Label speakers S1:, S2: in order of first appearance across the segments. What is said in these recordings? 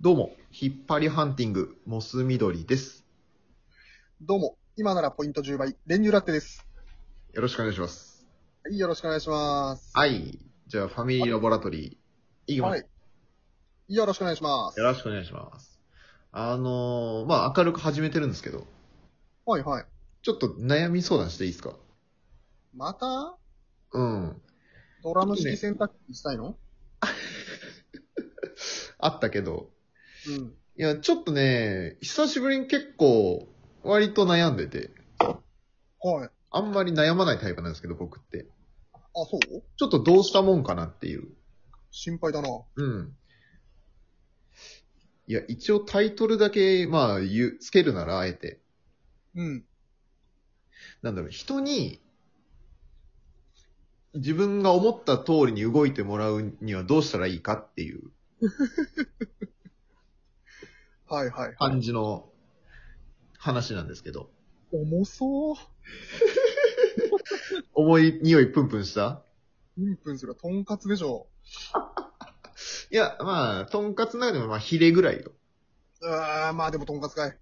S1: どうも、引っ張りハンティング、モス緑です。
S2: どうも、今ならポイント10倍、練乳ラテです。
S1: よろしくお願いします。
S2: はい、よろしくお願いします。
S1: はい。じゃあ、ファミリーラボラトリー、いきます。
S2: はい。よろしくお願いします。
S1: よろしくお願いします。あのー、まあ、明るく始めてるんですけど、
S2: はいはい。
S1: ちょっと悩み相談していいですか
S2: また
S1: うん。
S2: ドラム式洗濯機したいの
S1: あったけど、
S2: うん。
S1: いや、ちょっとね、久しぶりに結構、割と悩んでて、
S2: はい。
S1: あんまり悩まないタイプなんですけど、僕って。
S2: あ、そう
S1: ちょっとどうしたもんかなっていう。
S2: 心配だな。は
S1: うん。いや、一応タイトルだけ、まあ、言う、つけるなら、あえて。
S2: うん。
S1: なんだろう、人に、自分が思った通りに動いてもらうにはどうしたらいいかっていう
S2: はいはい。
S1: 感じの話なんですけど。
S2: 重そう。
S1: 重い匂いプンプンした
S2: プンプンするとんかつでしょ。
S1: いや、まあ、とんかつの中でもまあ、ヒレぐらいよ。
S2: うわー、まあでもとんかつかい。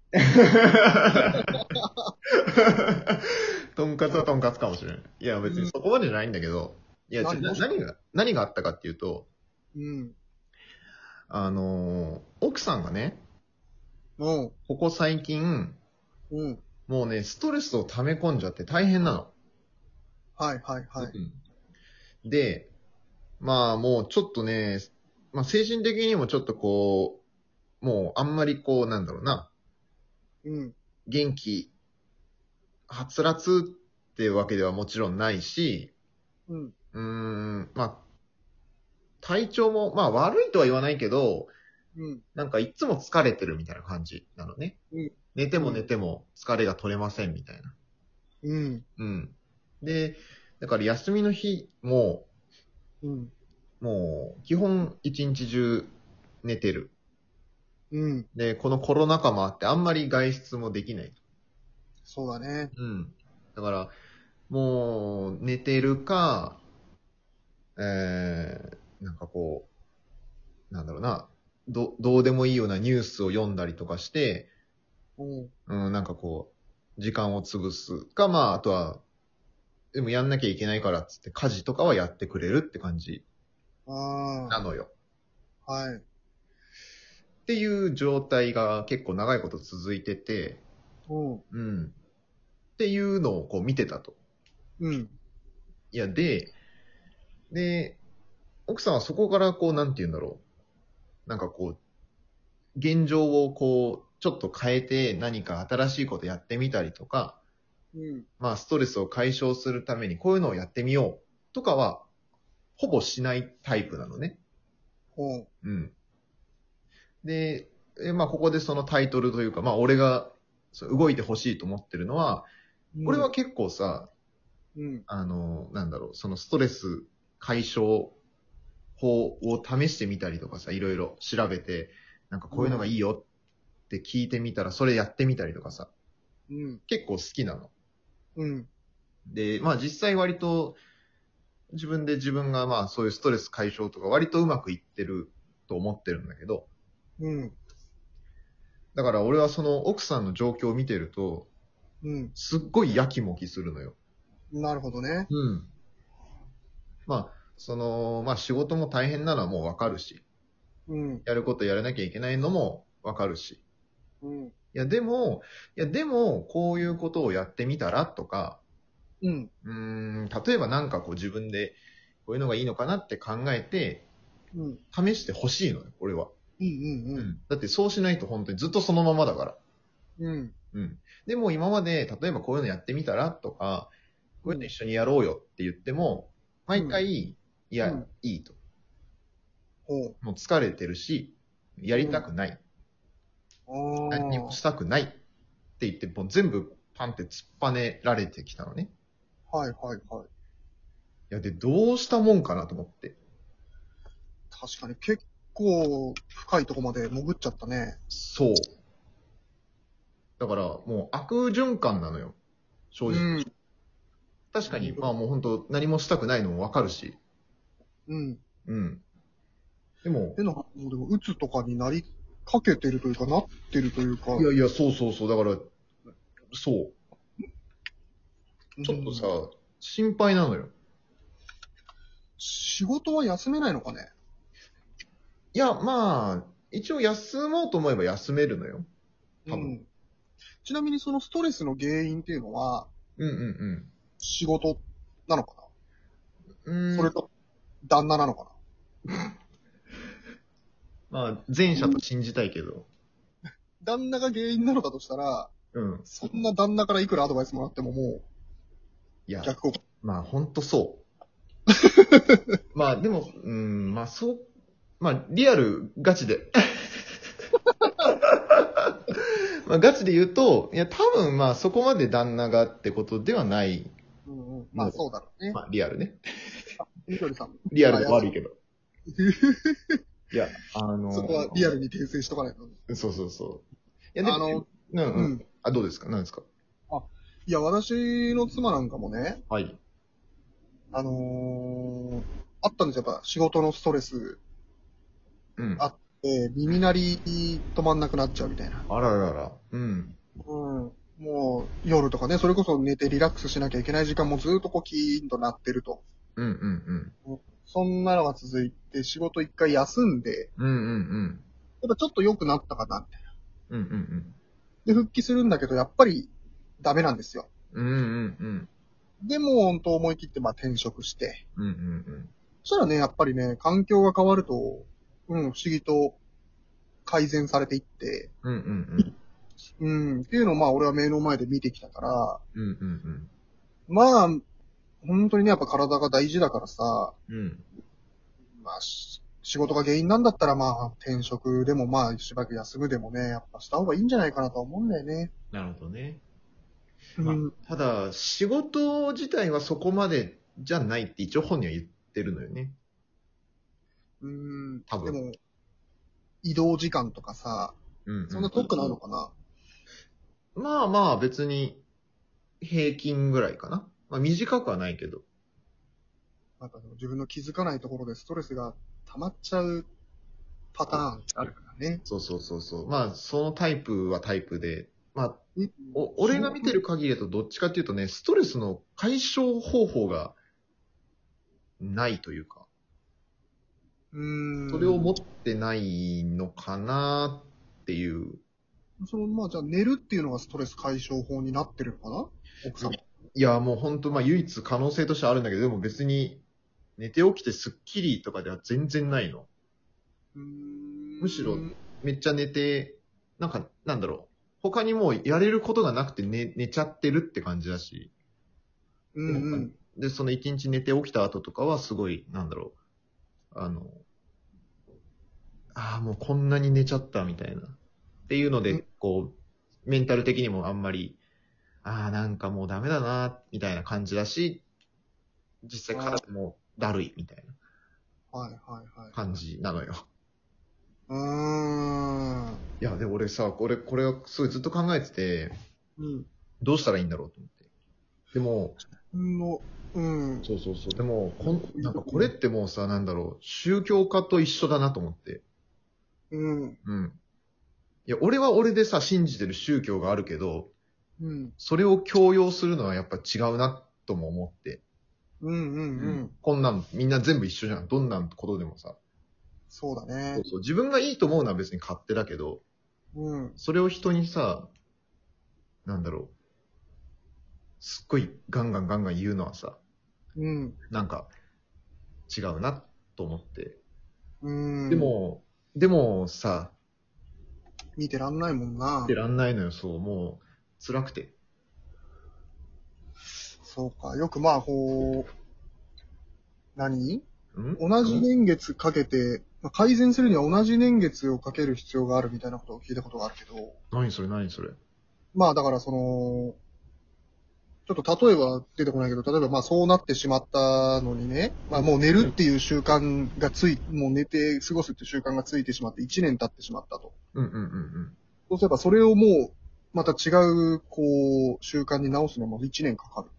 S1: とんかつはとんかつかもしれない。いや、別にそこまでじゃないんだけど、いや、ちょ
S2: 何
S1: な何が、何があったかっていうと、
S2: うん。
S1: あのー奥さんがね、
S2: うん。
S1: ここ最近、
S2: うん。
S1: もうね、ストレスを溜め込んじゃって大変なの。
S2: はいはいはい。
S1: うんで、まあもうちょっとね、まあ精神的にもちょっとこう、もうあんまりこうなんだろうな、
S2: うん。
S1: 元気、はつらつってわけではもちろんないし、
S2: うん。
S1: うーん、まあ、体調も、まあ悪いとは言わないけど、
S2: うん。
S1: なんかいつも疲れてるみたいな感じなのね。
S2: うん
S1: 寝ても寝ても疲れが取れませんみたいな。
S2: うん。
S1: うん。で、だから休みの日も、
S2: うん。
S1: もう、基本一日中寝てる。
S2: うん。
S1: で、このコロナ禍もあって、あんまり外出もできない。
S2: そうだね。
S1: うん。だから、もう、寝てるか、えー、なんかこう、なんだろうな、ど、どうでもいいようなニュースを読んだりとかして、
S2: うん。
S1: うん、なんかこう、時間を潰すか、まあ、あとは、でもやんなきゃいけないからっつって、家事とかはやってくれるって感じな
S2: あ
S1: のよ。
S2: ー。はい。
S1: っていう状態が結構長いこと続いてて、
S2: うん。
S1: うん。っていうのをこう見てたと。
S2: うん。
S1: いや、で、で、奥さんはそこからこう、なんて言うんだろう。なんかこう、現状をこう、ちょっと変えて何か新しいことやってみたりとか、
S2: うん。
S1: まあストレスを解消するためにこういうのをやってみようとかは、ほぼしないタイプなのね。
S2: うん。
S1: うん。で、えまあ、ここでそのタイトルというか、まあ、俺がそう動いてほしいと思ってるのは、これは、結構さ、
S2: うん。
S1: あの、なんだろう、そのストレス解消法を試してみたりとかさ、いろいろ調べて、なんかこういうのがいいよって聞いてみたら、それやってみたりとかさ、
S2: うん。
S1: 結構好きなの。
S2: うん。
S1: で、まあ実際割と、自分で自分がまあそういうストレス解消とか割とうまくいってると思ってるんだけど、
S2: うん。
S1: だから俺はその奥さんの状況を見てると、
S2: うん。
S1: すっごいやきもきするのよ。
S2: なるほどね。
S1: うん。まあ、その、まあ仕事も大変なのはもうわかるし、
S2: うん。
S1: やることやらなきゃいけないのもわかるし。
S2: うん。
S1: いや、でも、いや、でも、こういうことをやってみたらとか、
S2: うん。
S1: うーん、例えばなんかこう自分で、こういうのがいいのかなって考えて、
S2: うん。
S1: 試してほしいのよ、俺は。
S2: うん。うん。うん。
S1: だってそうしないと本当にずっとそのままだから。
S2: うん。
S1: うん。でも今まで、例えばこういうのやってみたらとか、こういうの一緒にやろうよって言っても、毎回、いや、
S2: うん
S1: いいと。
S2: ほ
S1: もう疲れてるし、やりたくない。
S2: う。あ
S1: 何にもしたくないって言って、もう全部パンって突っぱねられてきたのね。
S2: あ。はいはいはい。
S1: いや、で、どうしたもんかなと思って。
S2: 確かに結構深いとこまで潜っちゃったね。
S1: そう。だから、もう悪循環なのよ。正
S2: う
S1: 直。
S2: ん。
S1: 確かに、
S2: うん
S1: まあもう本当何もしたくないのもわかるし。
S2: うん。
S1: うん。でも、
S2: での、でも、うつとかになりかけてるというか、なってるというか。
S1: いやいや、そうそうそう。だから、そう。ちょっとさ、
S2: うん
S1: 心配なのよ。
S2: 仕事は休めないのかね
S1: いや、まあ、一応休もうと思えば休めるのよ。多分
S2: うんちなみにそのストレスの原因っていうのは、
S1: うんうん
S2: 仕事なのか
S1: うん。う
S2: な、
S1: ん
S2: それと、旦那なのかな
S1: まあ、前者と信じたいけど。
S2: 旦那が原因なのだとしたら、
S1: うん。
S2: そんな旦那からいくらアドバイスもらってもも
S1: いうや、
S2: 逆効果。
S1: まあ、ほんと そう。まあ、でも、うん、まあ、そう、まあ、リアル、ガチ で。まあ、ガチで言うと、いや、多分、まあ、そこまで旦那がってことではない。
S2: うんうん、まあそうだろうね。
S1: まあ、リアルね。
S2: みどりさん、
S1: リアルで悪いけど。 いや、あの、
S2: そこはリアルに訂正しとかないと。
S1: そうそうそう。いや、でも、
S2: あの
S1: うん
S2: う
S1: うん。
S2: ん。
S1: あ、どうですか何ですか
S2: いや、私の妻なんかもね、
S1: はい。
S2: あのー、あったんですよ、やっぱ仕事のストレス、
S1: うん。
S2: あえー耳鳴り止まんなくなっちゃうみたいな。
S1: あららら。うん。
S2: うん。もう、夜とかね、それこそ寝てリラックスしなきゃいけない時間もずっとこう、キーンとなってると。
S1: うんうん
S2: そんなのが続いて、仕事一回休んで、
S1: うん。うんうん
S2: やっぱちょっと良くなったかな、みたいな。
S1: うん。うんうん
S2: で、復帰するんだけど、やっぱり、ダメなんですよ。
S1: うん。うんうんうん。
S2: でも、本当思い切って、まあ、転職して。
S1: うんうん
S2: そしたらね、やっぱりね、環境が変わると、うん、不思議と、改善されていって、
S1: うん。うんうん
S2: うん、っていうのをまあ、俺は目の前で見てきたから、
S1: うん。うんうん
S2: まあ、本当にね、やっぱ体が大事だからさ、
S1: うん。うん。
S2: まあ、し仕事が原因なんだったら、まあ、転職でも、まあ、しばらく休むでもね、やっぱした方がいいんじゃないかなとは思うんだよね。
S1: なるほどね。
S2: う
S1: まあ
S2: ん。
S1: ただ、仕事自体はそこまでじゃないって一応本には言ってるのよね。
S2: うん。
S1: 多分
S2: でも、移動時間とかさ、
S1: うん、うん。
S2: そんな遠くないのかな、
S1: まあまあ別に平均ぐらいかな。まあ短くはないけど。
S2: なんか自分の気づかないところでストレスが溜まっちゃうパターンってあるからね。
S1: そうそうそうそう。まあそのタイプはタイプで。まあ
S2: うん
S1: お俺が見てる限りだとどっちかっていうとね、ストレスの解消方法がないというか、
S2: うん。
S1: それを持ってないのかなっていう。
S2: その、まあ、じゃあ寝るっていうのがストレス解消法になってるのかな奥さん。
S1: いや、もう本当まあ唯一可能性としてはあるんだけど、でも別に寝て起きてスッキリとかでは全然ないの。
S2: む
S1: むしろめっちゃ寝て、なんか、なんだろう。他にもうやれることがなくて寝寝ちゃってるって感じだし。
S2: うんうん。
S1: で、その一日寝て起きた後とかはすごい、なんだろう、あの、ああ、もうこんなに寝ちゃったみたいな。っていうの
S2: う
S1: で
S2: ん、
S1: こう、メンタル的にもあんまり、ああ、なんかもうダメだな、みたいな感じだし、実際体もだるいみたい
S2: はいはいはい
S1: な。感じなのよ。
S2: うーん。
S1: いや、で、俺さ、これ、これはすごいずっと考えてて、
S2: うん。
S1: どうしたらいいんだろうと思って。でも、
S2: の、うん。
S1: そうそうそう。でも、こんなんかこれってもうさ、なんだろう、宗教家と一緒だなと思って。
S2: うん。
S1: うん。いや、俺は俺でさ、信じてる宗教があるけど、
S2: うん。
S1: それを強要するのはやっぱ違うな、とも思って。
S2: うん。うん。
S1: こんなん、みんな全部一緒じゃん。どんなことでもさ。
S2: そうだ
S1: そ
S2: ね
S1: う。そう。自分がいいと思うのは別に勝手だけど、
S2: うん。
S1: それを人にさ、なんだろう。すっごいガンガンガンガン言うのはさ、
S2: うん。
S1: なんか、違うな、と思って。
S2: うん。
S1: で、も、でもさ、
S2: 見てらんないもんな
S1: 見て。らんないのよ、そう。もう、辛くて。
S2: そうか。よくまあ、こう、何
S1: うん
S2: 同じ年月かけて、まあ改善するには同じ年月をかける必要があるみたいなことを聞いたことがあるけど、
S1: 何それ何それ
S2: まあだからその、ちょっと例えば出てこないけど、例えばまあそうなってしまったのにね、まあもう寝るっていう習慣がつい、もう寝て過ごすっていう習慣がついてしまって1年経ってしまったと。
S1: うんうんうんうん。
S2: そうすればそれをもう、また違う、こう、習慣に直すのも1年かかると。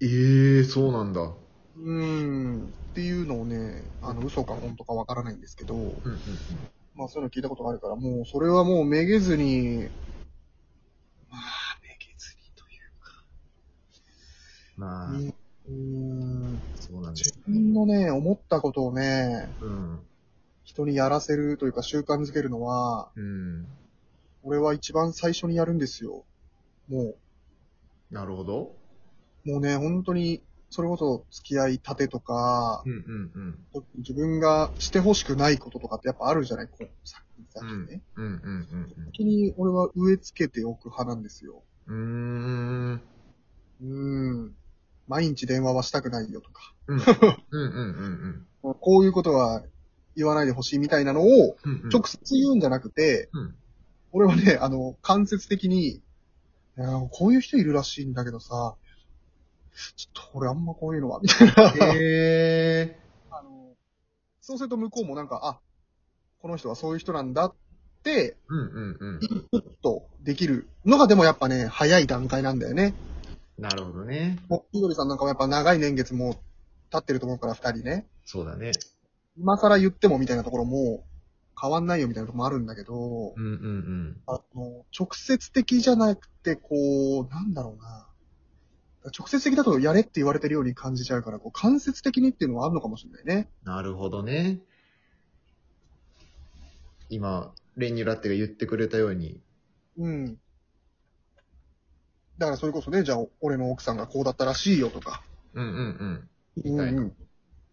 S1: ええそうなんだ。
S2: うーん。っていうのをね、あの、嘘か本当かわからないんですけど、
S1: うんうん
S2: まあそういうの聞いたことがあるから、もうそれはもうめげずに、まあ、めげずにと
S1: まあ、
S2: いう。うん、
S1: そうなんで
S2: 自
S1: す。
S2: 分のね、思ったことをね、
S1: うん。
S2: 人にやらせるというか習慣づけるのは、
S1: うん。
S2: 俺は一番最初にやるんですよ。も
S1: なるほど。
S2: う、もうね、本当に、それこそ付き合い立てとか
S1: う、んうん
S2: 自分がしてほしくないこととかってやっぱあるじゃないこう、さっき、さっきね。
S1: うん。うんうん
S2: 先に俺は植え付けておく派なんですよ。
S1: うんうん。うーん。
S2: うーん。毎日電話はしたくないよとか、
S1: うんうんうん
S2: こういうことは言わないでほしいみたいなのを、
S1: うんうん。
S2: 直接言うんじゃなくて、
S1: うん
S2: 俺はね、あの、間接的に、いやこういう人いるらしいんだけどさ、ちょっと俺あんまこういうのは、みたいな。
S1: へえ
S2: あの、そうすると向こうもなんか、あ、この人はそういう人なんだって、
S1: ー。うんうんうん。
S2: ちょっとできるのがでもやっぱね、早い段階なんだよね。
S1: なるほどね。
S2: もう、緑さんなんかもやっぱ長い年月もう経ってると思うから、二人ね。
S1: そうだね。
S2: 今更言ってもみたいなところも変わんないよみたいなところもあるんだけど、
S1: うんうん
S2: あの、直接的じゃなくて、こう、なんだろうな。直接的だとやれって言われてるように感じちゃうから、こう、間接的にっていうのはあるのかもしれないね。
S1: うん。なるほどね。今、レニュラッテが言ってくれたように。
S2: うん。だからそれこそね、じゃあ、俺の奥さんがこうだったらしいよとか。
S1: うんうんうん。
S2: う
S1: い
S2: んうん。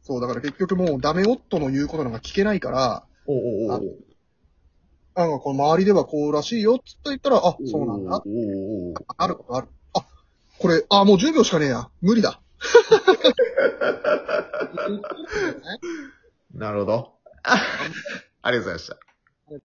S2: そう、だから結局もうダメ夫の言うことなんか聞けないから、
S1: おうおうおう
S2: あなんかこの周りではこうらしいよっつって言ったら、あ、そうなんだ。
S1: おうおうおう
S2: あることある。あ、これ、あ、もう10秒しかねえや。無理だ。
S1: なるほど。あありがとうございました。